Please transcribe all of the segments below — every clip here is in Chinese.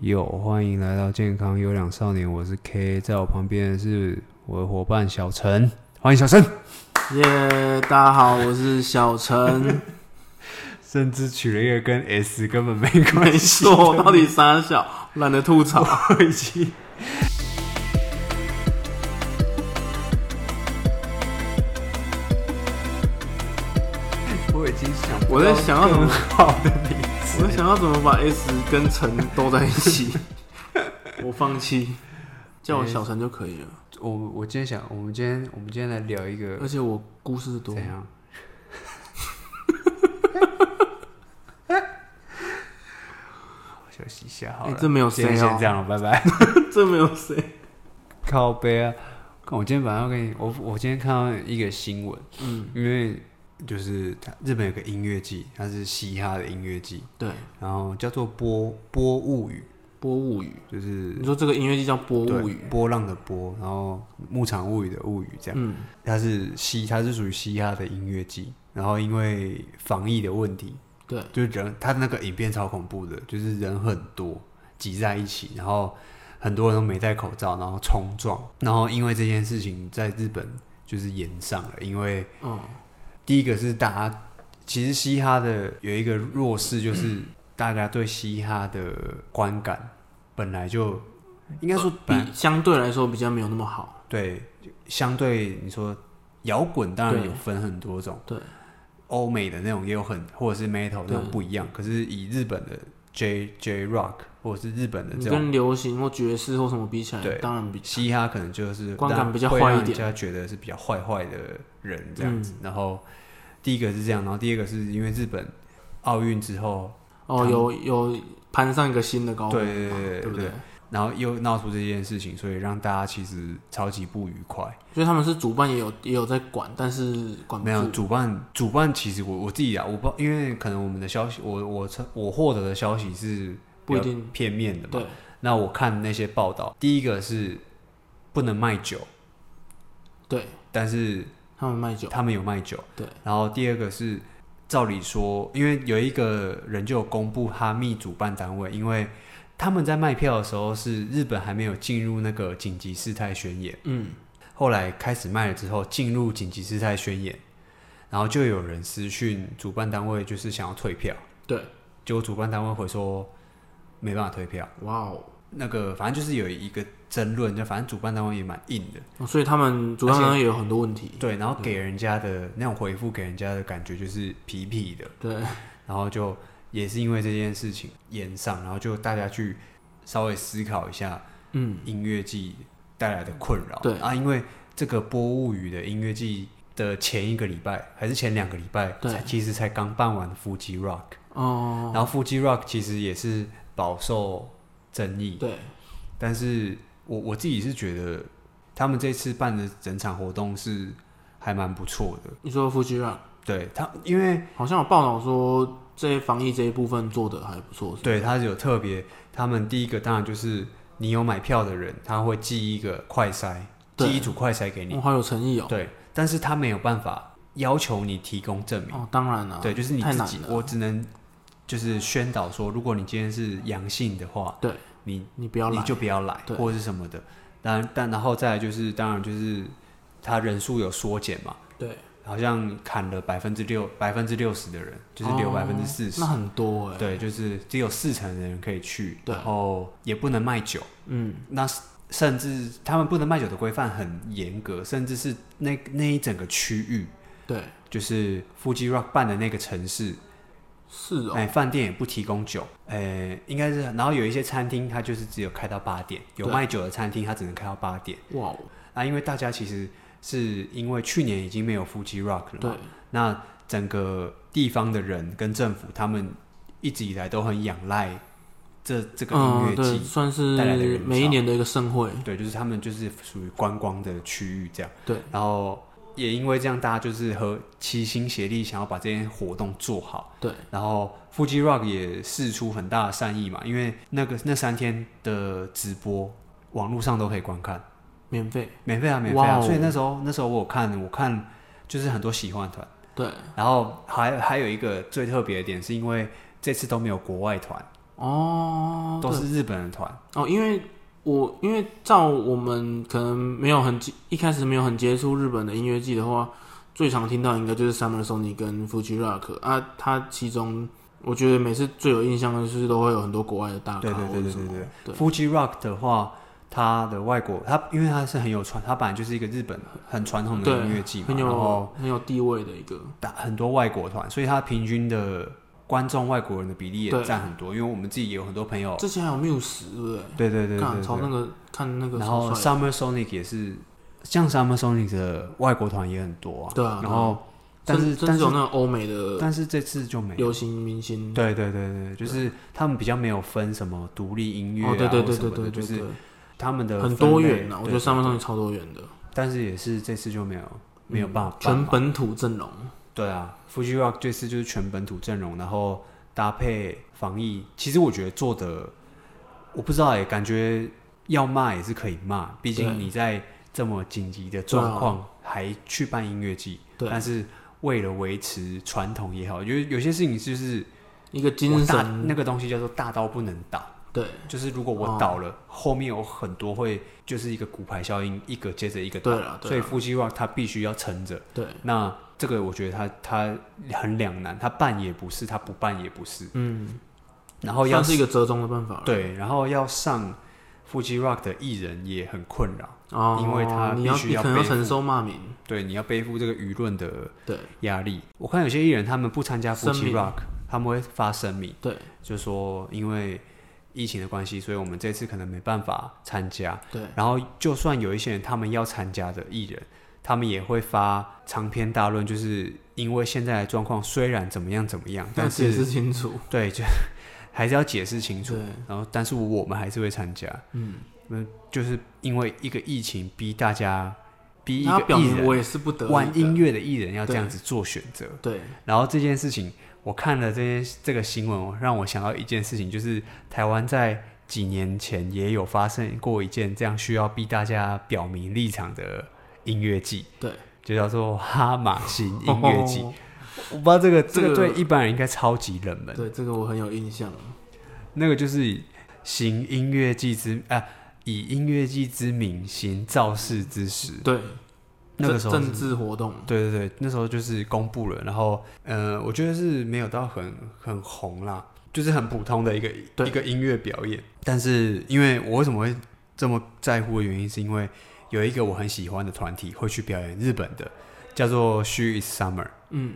有，欢迎来到健康优良少年，我是 K，在我旁边是我的伙伴小陈，欢迎小陈。耶大家好，我是小 陈。甚至取了一个跟 S 根本没关没系错，到底三小懒得吐槽。的机。我已经想不我在到想要怎么更好的名字我在想要怎么把 S 跟陈都在 一起，我放弃，叫我小陈就可以了。我我今天想，我们今天我们今天来聊一个而且我故事多怎， 样？我休息一下好了，哎这没有今天谁哦先这样了，拜 拜。这没有谁。靠背啊！看我今天晚上要跟你，我我今天看到一个新闻，嗯，因为就是它日本有个音乐季，它是嘻哈的音乐季，对，然后叫做波波物语，波物语，就是你说这个音乐剧叫波物语对，波浪的波，然后牧场物语的物语这样。嗯，它是嘻，它是属于嘻哈的音乐季。然后因为防疫的问题，对，就是人，他那个影片超恐怖的，就是人很多挤在一起，然后很多人都没戴口罩，然后冲撞，然后因为这件事情在日本就是延上了，因为嗯，第一个是大家其实嘻哈的有一个弱势，就是大家对嘻哈的观感本来就应该说比比相对来说比较没有那么好。对相对你说摇滚当然对有分很多种，对，欧美的那种也有很，或者是 metal 那种不一样。可是以日本的 J J Rock 或者是日本的你这种跟流行或爵士或什么比起对来，当然比嘻哈，可能就是观感让比较会坏一让人点嗯家觉得是比较坏坏的人这样子。然后第一个是这样，然后第二个是因为日本奥运之后，哦有有攀上一个新的高度嘛，对对对对对不对对？然后又闹出这件事情，所以让大家其实超级不愉快。所以他们是主办也有也有在管，但是管不没有住。主办，主办其实我我自己啊，我不知道，因为可能我们的消息，我我我获得的消息是不一比较定片面的嘛。对，那我看那些报道，第一个是不能卖酒，对但是他们卖酒，他们有卖酒。对。然后第二个是，照理说，因为有一个人就有公布哈密主办单位，因为他们在卖票的时候是日本还没有进入那个紧急事态宣言，嗯，后来开始卖了之后进入紧急事态宣言，然后就有人私讯主办单位，就是想要退票，对，结果主办单位回说没办法退票。哇哦，那个反正就是有一个争论，就反正主办单位也蛮硬的，哦所以他们主办方也有很多问题。对，然后给人家的那种回复，给人家的感觉就是痞痞的，对，然后就也是因为这件事情延上，然后就大家去稍微思考一下嗯，音乐季带来的困扰，对啊，因为这个波物语的音乐季的前一个礼拜还是前两个礼拜，对才其实才刚办完腹肌 Rock，、哦，然后腹肌 Rock 其实也是饱受争议，对，但是我我自己是觉得他们这次办的整场活动是还蛮不错的。你说夫妻啊，对他，因为好像有报道说这防疫这一部分做的还不错，是吧对他有特别，他们第一个当然就是你有买票的人，他会寄一个快筛，对寄一组快筛给你。哦，好有诚意哦。对，但是他没有办法要求你提供证明。哦，当然了，对，就是你太自难己，了，我只能就是宣导说，如果你今天是阳性的话，对你你不要你来。就不要来，对或者是什么的。当然，但然后再来就是，当然就是他人数有缩减嘛，对，好像砍了百分之六百分之六十的人，就是哦留百分之四十那。很多哎。对，就是只有四成的人可以去，对然后也不能卖酒。嗯，那甚至他们不能卖酒的规范很严格，甚至是那那一整个区域，对，就是腹肌 Rock 办的那个城市，是哦，哎，饭店也不提供酒，呃，应该是，然后有一些餐厅它就是只有开到八点，有对卖酒的餐厅它只能开到八点。哇哦，啊，因为大家其实是因为去年已经没有夫妻 Rock 了，对，那整个地方的人跟政府他们一直以来都很仰赖这这个音嗯，乐季对，，算带来的人是潮每一年的一个盛会。啊对，就是他们就是属于观光的区域这样，对，然后也因为这样，大家就是和齐心协力，想要把这件活动做好。对，然后腹肌 Rock 也试出很大的善意嘛，因为那个那三天的直播网络上都可以观看，免费。免费啊，免费啊。哇哦所以那时候那时候我有看，我看就是很多喜欢团，对，然后还还有一个最特别的点，是因为这次都没有国外团，哦，都是日本人团。对哦，因为我因为照我们可能没有很接一开始没有很接触日本的音乐季的话，最常听到应该就是 Summer Sonic 跟 Fuji Rock 啊，它其中我觉得每次最有印象的就是都会有很多国外的大咖对对或对者对什对么对对 Fuji Rock 的话，它的外国，它因为它是很有传，它本来就是一个日本很传统的对音乐季嘛，很然后有很有地位的一个，打很多外国团，所以它平均的观众外国人的比例也对占很多。因为我们自己也有很多朋友，之前还有 Muse 对不对？对哦对对对看对朝那个看那个然后超帅 Summer Sonic 也是，像 Summer Sonic 的外国团也很多啊。对啊然后，但甚是甚但至有是那种欧美的但是这次就没有。流行明星，对对对对，就是他们比较没有分什么独立音乐啊，哦，对对或对什么对的对对，就是对他们的很分多类元啊，我觉得对上半上超多元的，但是也是这次就没有没有嗯办法办全嘛本土阵容，对啊，Fuji Rock 这次就是全本土阵容，然后搭配防疫，其实我觉得做的，我不知道哎、感觉要骂也是可以骂，毕竟对你在这么紧急的对啊状况还去办音乐季，对但是为了维持传统也好，有有些事情就是一个我精大神，那个东西叫做大到不能倒。对就是如果我倒哦了，后面有很多会就是一个骨牌效应，一个接着一个倒，对了对所以了夫妻 rock 它必须要撑着。对，那这个我觉得他他很两难，他办也不是，他不办也不是。嗯，然后要算是一个折中的办法了，对，然后要上腹肌 rock 的艺人也很困扰，哦，因为他你必要须你要可能要背负承受骂名，对，你要背负这个舆论的对压力。我看有些艺人他们不参加腹声肌明 rock，他们会发声明，对就说因为疫情的关系，所以我们这次可能没办法参加。对，然后就算有一些人他们要参加的艺人，他们也会发长篇大论，就是因为现在的状况虽然怎么样怎么样，但但是解释清楚，对，就 还是要解释清楚对。然后，但是我们还是会参加，嗯，那就是因为一个疫情逼大家，逼一他个表艺明我人也是不得玩已音的，乐的艺人要这对样子做选择。对，然后这件事情，我看了这件这个新闻，让我想到一件事情，就是台湾在几年前也有发生过一件这样需要逼大家表明立场的音乐季，对，就叫做哈马星音乐季。 哦我不知道这个这这个个对一般人应该超级冷门，对，这个我很有印象，那个就是行音乐季之啊。以音乐季之名行造势之实，对，那个政时候是政治活动，对对对，那时候就是公布了，然后呃，我觉得是没有到很很红啦，就是很普通的一个对一个音乐表演。但是因为我为什么会这么在乎的原因，是因为有一个我很喜欢的团体会去表演日本的，叫做 She Is Summer。嗯，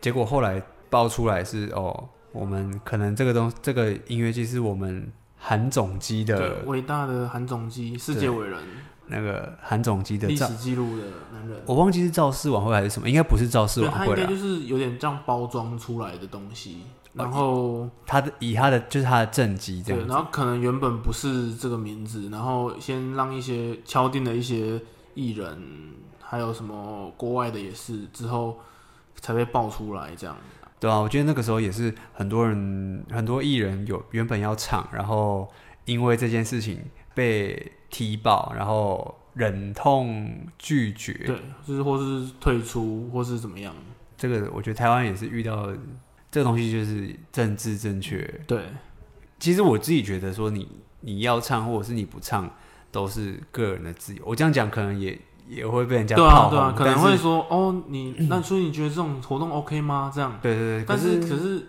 结果后来爆出来是哦，我们可能这个东这个音乐季是我们韩总机对，的伟大的韩总机，世对界伟人，那个韩总机的历造，史记录的男人。我忘记是造势晚会还是什么，应该不是造势对，晚它会应啦哦该。就是有点这样包装出来的东西，然后他的以他的就是他的政绩这对，样然子，后可能原本不是这个名字，然后先让一些敲定的一些艺人，还有什么国外的也是，之后才被爆出来这样。对啊，我觉得那个时候也是很多人很多艺人有原本要唱，然后因为这件事情被踢爆，然后忍痛拒绝。对，就是或是退出，或是怎么样。这个我觉得台湾也是遇到这个东西，就是政治正确。对，其实我自己觉得说你你要唱或者是你不唱都是个人的自由。我这样讲可能也也会被人家对啊，炮对啊轰，，可能但会是说哦， 你那所以你觉得这种活动 OK 吗？这样，对对对，但是是可是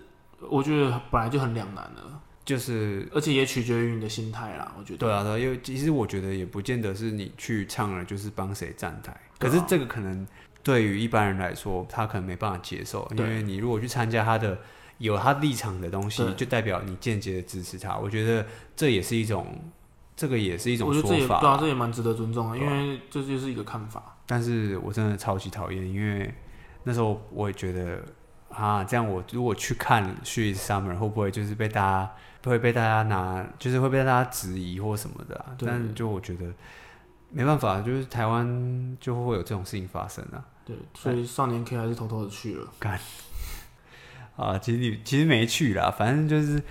我觉得本来就很两难了，就是而且也取决于你的心态啦。我觉得，对啊，对啊，因为其实我觉得也不见得是你去唱了就是帮谁站台，可对啊是这个可能对于一般人来说，他可能没办法接受，因对为你如果去参加他的有他立场的东西对，就代表你间接的支持他。我觉得这也是一种，这个也是一种我觉得这说也法对啊，这也蛮值得尊重的，对因啊为这就是一个看法。但是我真的超级讨厌，因为那时候我也觉得啊，这样我如果去看去 Summer 会不会就是被大家会被大家拿，就是会被大家质疑或什么的啊？对但就我觉得没办法，就是台湾就会有这种事情发生啊。对，所以少年 K 还是偷偷的去了。啊，其实你其实没去啦，反正就是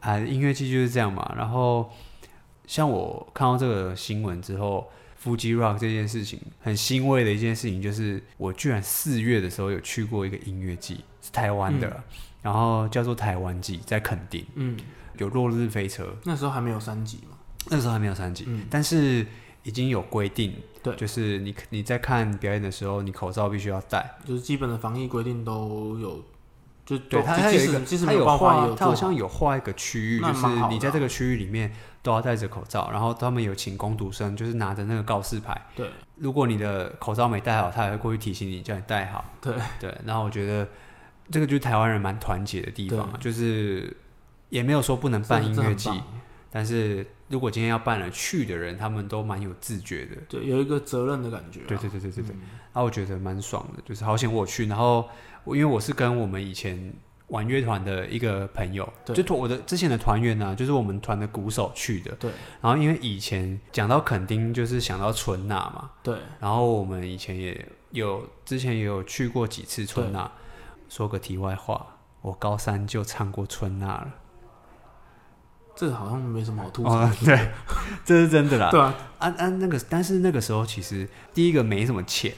啊，音乐季就是这样嘛。然后像我看到这个新闻之后。腹肌 rock 这件事情很欣慰的一件事情，就是我居然四月的时候有去过一个音乐季，是台湾的，然后叫做台湾季，在垦丁。嗯，有《落日飞车》，那时候还没有三级嘛，那时候还没有三级，嗯但是已经有规定，对就是你你在看表演的时候，你口罩必须要戴。就是基本的防疫规定都有，就对，就哦它它即有一个使，即使它没有办法也画有，它做好像有画一个区域，那就蛮好的是啊你在这个区域里面都要戴着口罩，然后他们有请工读生，就是拿着那个告示牌，对如果你的口罩没戴好，他也会过去提醒你，叫你戴好。对 对，然后我觉得这个就是台湾人蛮团结的地方啊，就是也没有说不能办这音这乐很季棒，但是如果今天要办了，去的人他们都蛮有自觉的。对有一个责任的感觉啊、对对对对对对，嗯然啊后我觉得蛮爽的，就是好险我去。然后我因为我是跟我们以前玩乐团的一个朋友，对就团我的之前的团员呢、啊，就是我们团的鼓手去的。对然后因为以前讲到垦丁，就是想到春娜嘛，对然后我们以前也有，之前也有去过几次春娜。说个题外话，我高三就唱过春娜了。这个好像没什么好吐槽。哦，对， 这是真的啦。对啊，啊啊，那个，但是那个时候其实第一个没什么钱，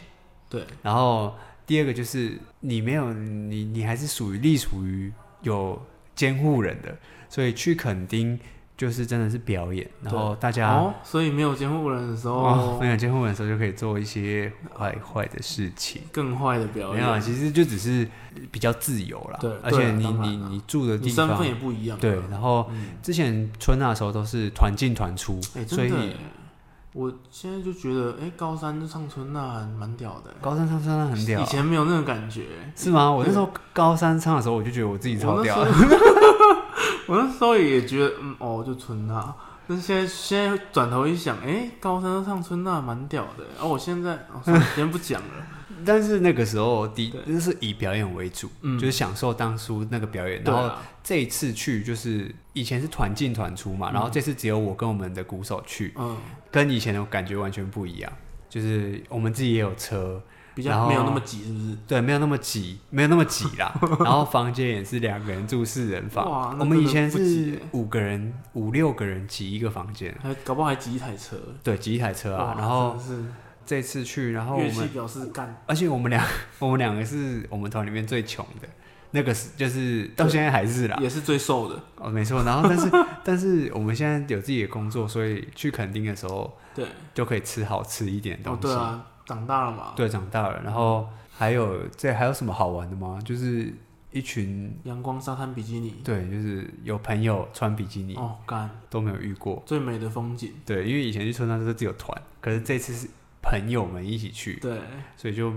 对然后第二个就是你没有你你还是属于隶属于有监护人的，所以去垦丁就是真的是表演，然后大家。哦，所以没有监护人的时哦，候没，有监护人的时候就可以做一些坏坏的事情。更坏的表没有啊，演，其实就只是比较自由啦。对而且对你当然你啦你住的你地身方份也不一样啊。对，然后嗯，之前春啊娜的时候都是团进团出哎、，所真以的你耶，我现在就觉得，哎、高三就唱春娜蛮屌的耶，高三唱春娜很屌啊以，前没有那种感觉。是吗？我那时候高三唱的时候，我就觉得我自己超我那时屌啊候， 我那时候也觉得，嗯，哦，就春娜。但是现在现在转头一想，哎、高三上春娜蛮屌的耶。哦，我现在，哦、 算了先不讲了。但是那个时候的对就是以表演为主，嗯就是享受当初那个表演，对然后啊，这一次去就是以前是团进团出嘛，然后这次只有我跟我们的鼓手去，嗯，跟以前的感觉完全不一样，就是我们自己也有车，比然后较没有那么急，是不是？对，没有那么挤，没有那么挤 啦。然后房间也是两个人住四人哇房，我那们以真前的不挤是耶五个人、五六个人挤一个房间，还搞不好还挤一台车。对，挤一台车啊哇。然后真的这次去，然后是我乐器们，表示干，而且我们两， 我们两个是我们团里面最穷的，那个是就是到现在还是啊啦。也是最瘦的。哦，没错。然后但是 但是我们现在有自己的工作，所以去垦丁的时候对，就可以吃好吃一点的哦，东对西。啊，长大了嘛，对，长大了。然后还有这还有什么好玩的吗？就是一群阳光沙滩比基尼。对，就是有朋友穿比基尼、哦，干，都没有遇过。最美的风景。对，因为以前去春山都是只有团，可是这次是朋友们一起去，对，所以就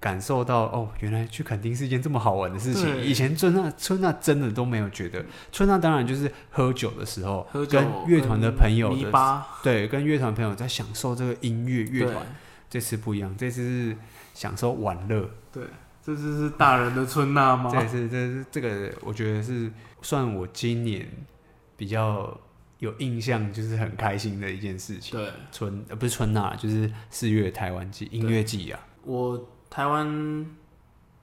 感受到哦，原来去垦丁是一件这么好玩的事情。对以前春娜春娜真的都没有觉得，春娜当然就是喝酒的时候，喝酒跟乐团的朋友泥的巴对，跟乐团朋友在享受这个音乐乐对团。这次不一样，这次是享受玩乐，对，这就是大人的春娜吗？这次这是这个我觉得是算我今年比较有印象，就是很开心的一件事情。对，春呃不是春娜，就是四月台湾季音乐季啊。我台湾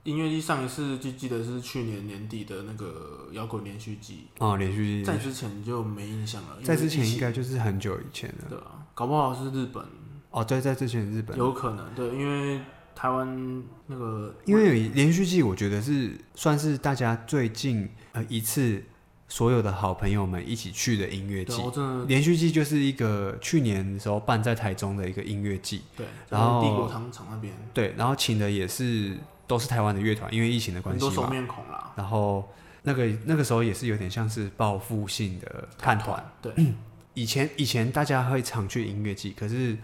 音乐季上一次就记得是去年年底的那个摇滚连续季，哦，连续在在之前就没印象了。因为在之前疫应情该就是很久以前了。对啊，搞不好是日本，哦，对，在之前日本，有可能对，因为台湾那个因为有连续季，我觉得是算是大家最近呃一次所有的好朋友们一起去的音乐对季嗯啊，。我真的连续季就是一个去年的时候办在台中的一个音乐季，对，然后就是帝国糖厂那边对，然后请的也是都是台湾的乐团，因为疫情的关很系多熟嘛。面孔啦，然后那个那个时候也是有点像是报复性的看团。对，以前以前大家会常去音乐季，可是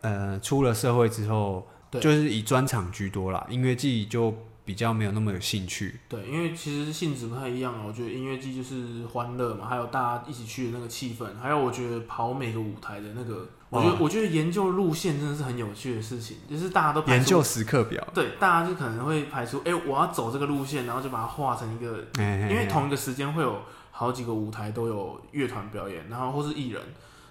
呃出了社会之后，对就是以专场居多啦，音乐季就比较没有那么有兴趣。对，因为其实性质不太一样啊。我觉得音乐季就是欢乐嘛，还有大家一起去的那个气氛，还有我觉得跑每个舞台的那个，我哦觉得我觉得研究路线真的是很有趣的事情，就是大家都排研出究时刻表，对，大家就可能会排出，哎、我要走这个路线，然后就把它画成一个，哎因为同一个时间会有好几个舞台都有乐团表演，然后或是艺人。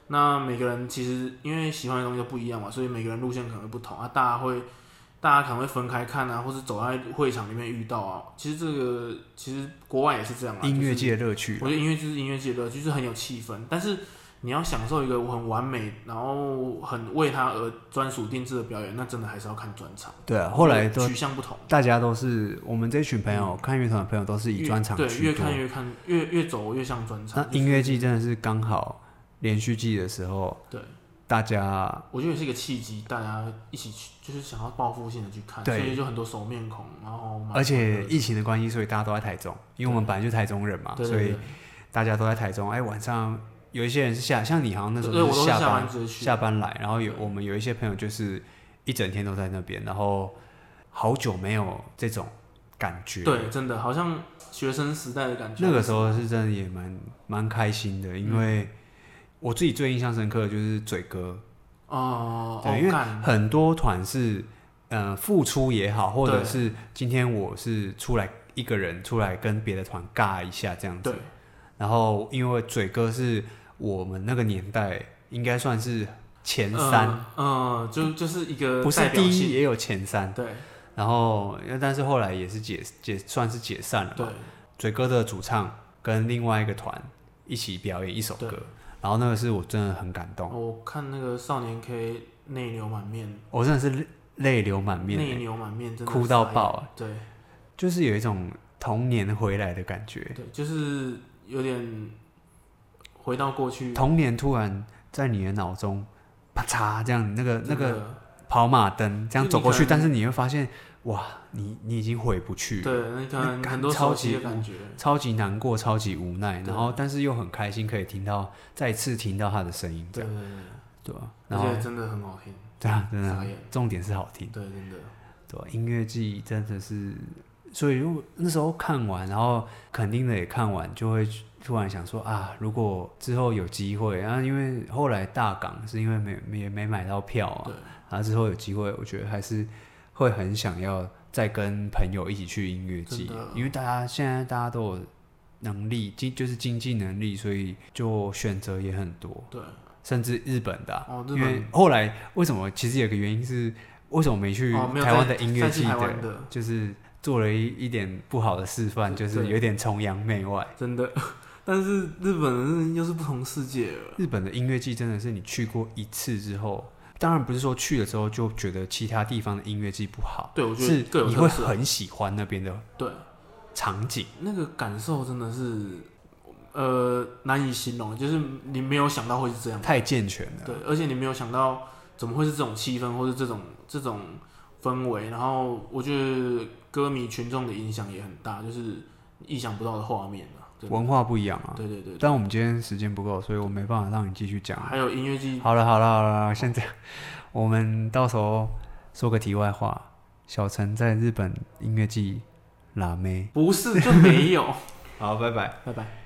那每个人其实因为喜欢的东西都不一样嘛，所以每个人路线可能会不同啊。大家会，大家可能会分开看啊，或是走在会场里面遇到啊。其实这个其实国外也是这样啊，音乐就是啊界的乐趣我觉得音乐就是音乐界的乐趣，就是很有气氛。但是你要享受一个很完美，然后很为他而专属定制的表演，那真的还是要看专场。对啊，后来都取向不同，大家都是我们这群朋友、看乐团的朋友都是以嗯越专场对居越多。看越看越越走越像专场那。音乐季真的是刚好连续季的时候，对，大家我觉得也是一个契机，大家一起去，就是想要报复性的去看，所对以就很多熟面孔，然后蛮而且欢乐的疫情的关系，所以大家都在台中，因为我们本来就台中人嘛，对所对以大家都在台中。哎，晚上有一些人是下，像你好像那对，时对候对我就都是下下班班直接去，下班来，然后有对我们有一些朋友就是一整天都在那边，然后好久没有这种感觉，对，真的好像学生时代的感觉。那个时候是真的也蛮蛮开心的，嗯因为我自己最印象深刻的就是嘴哥，哦，对哦因为干很多团是呃付出也好，或者对是今天我是出来一个人出来跟别的团尬一下这样子对，，然后因为嘴哥是我们那个年代应该算是前三，嗯、呃就就是一个不是代表第性一也有前三，对然后但是后来也是解解算是解散了嘛对，嘴哥的主唱跟另外一个团一起表演一首歌对，然后那个是我真的很感动，我看那个少年 K 内流满面，我真的是泪泪流满面内欸，流满面，真的哭到傻眼爆欸，对就是有一种童年回来的感觉，对，就是有点回到过去，童年突然在你的脑中啪嚓这样，那个那真个的跑马灯这样走过去，你可但能是你会发现，哇，你你已经回不去了，对，那可能感很多超熟悉级的感觉，超级难过，超级无奈，对然后但是又很开心，可以听到再次听到他的声音，这对样对对，对对吧？而然后且真的很好听，对啊，真的傻眼，重点是好听。对，真的，对吧，音乐季真的是，所以如那时候看完，然后肯定的也看完，就会突然想说啊，如果之后有机会，然、后因为后来大港是因为没没没买到票啊对，然后之后有机会，我觉得还是会很想要再跟朋友一起去音乐季真的，因为大家现在大家都有能力，经就是经济能力，所以就选择也很多。对，甚至日本的啊、哦日因为本后来为什么其实有个原因是为什么没去哦没有台湾在的音乐再去季台的，湾的就是做了一一点不好的示范，对就是对有点崇洋媚外。真的， 但是日本人又是不同世界了，日本的音乐季真的是你去过一次之后，当然不是说去了之后就觉得其他地方的音乐季不好，对我觉是得各有你特会色很喜欢那边的对，场景。那个感受真的是，呃，难以形容，就是你没有想到会是这样，太健全了，对，而且你没有想到怎么会是这种气氛，或是这种这种氛围，然后我觉得歌迷群众的影响也很大，就是意想不到的画面啊，真的文化不一样啊。对对对对，但我们今天时间不够，所以我没办法让你继续讲。还有音乐季，好了好了好了，现在我们到时候说个题外话，小陈在日本音乐季拉妹。不是就没有，好，拜拜。 拜拜。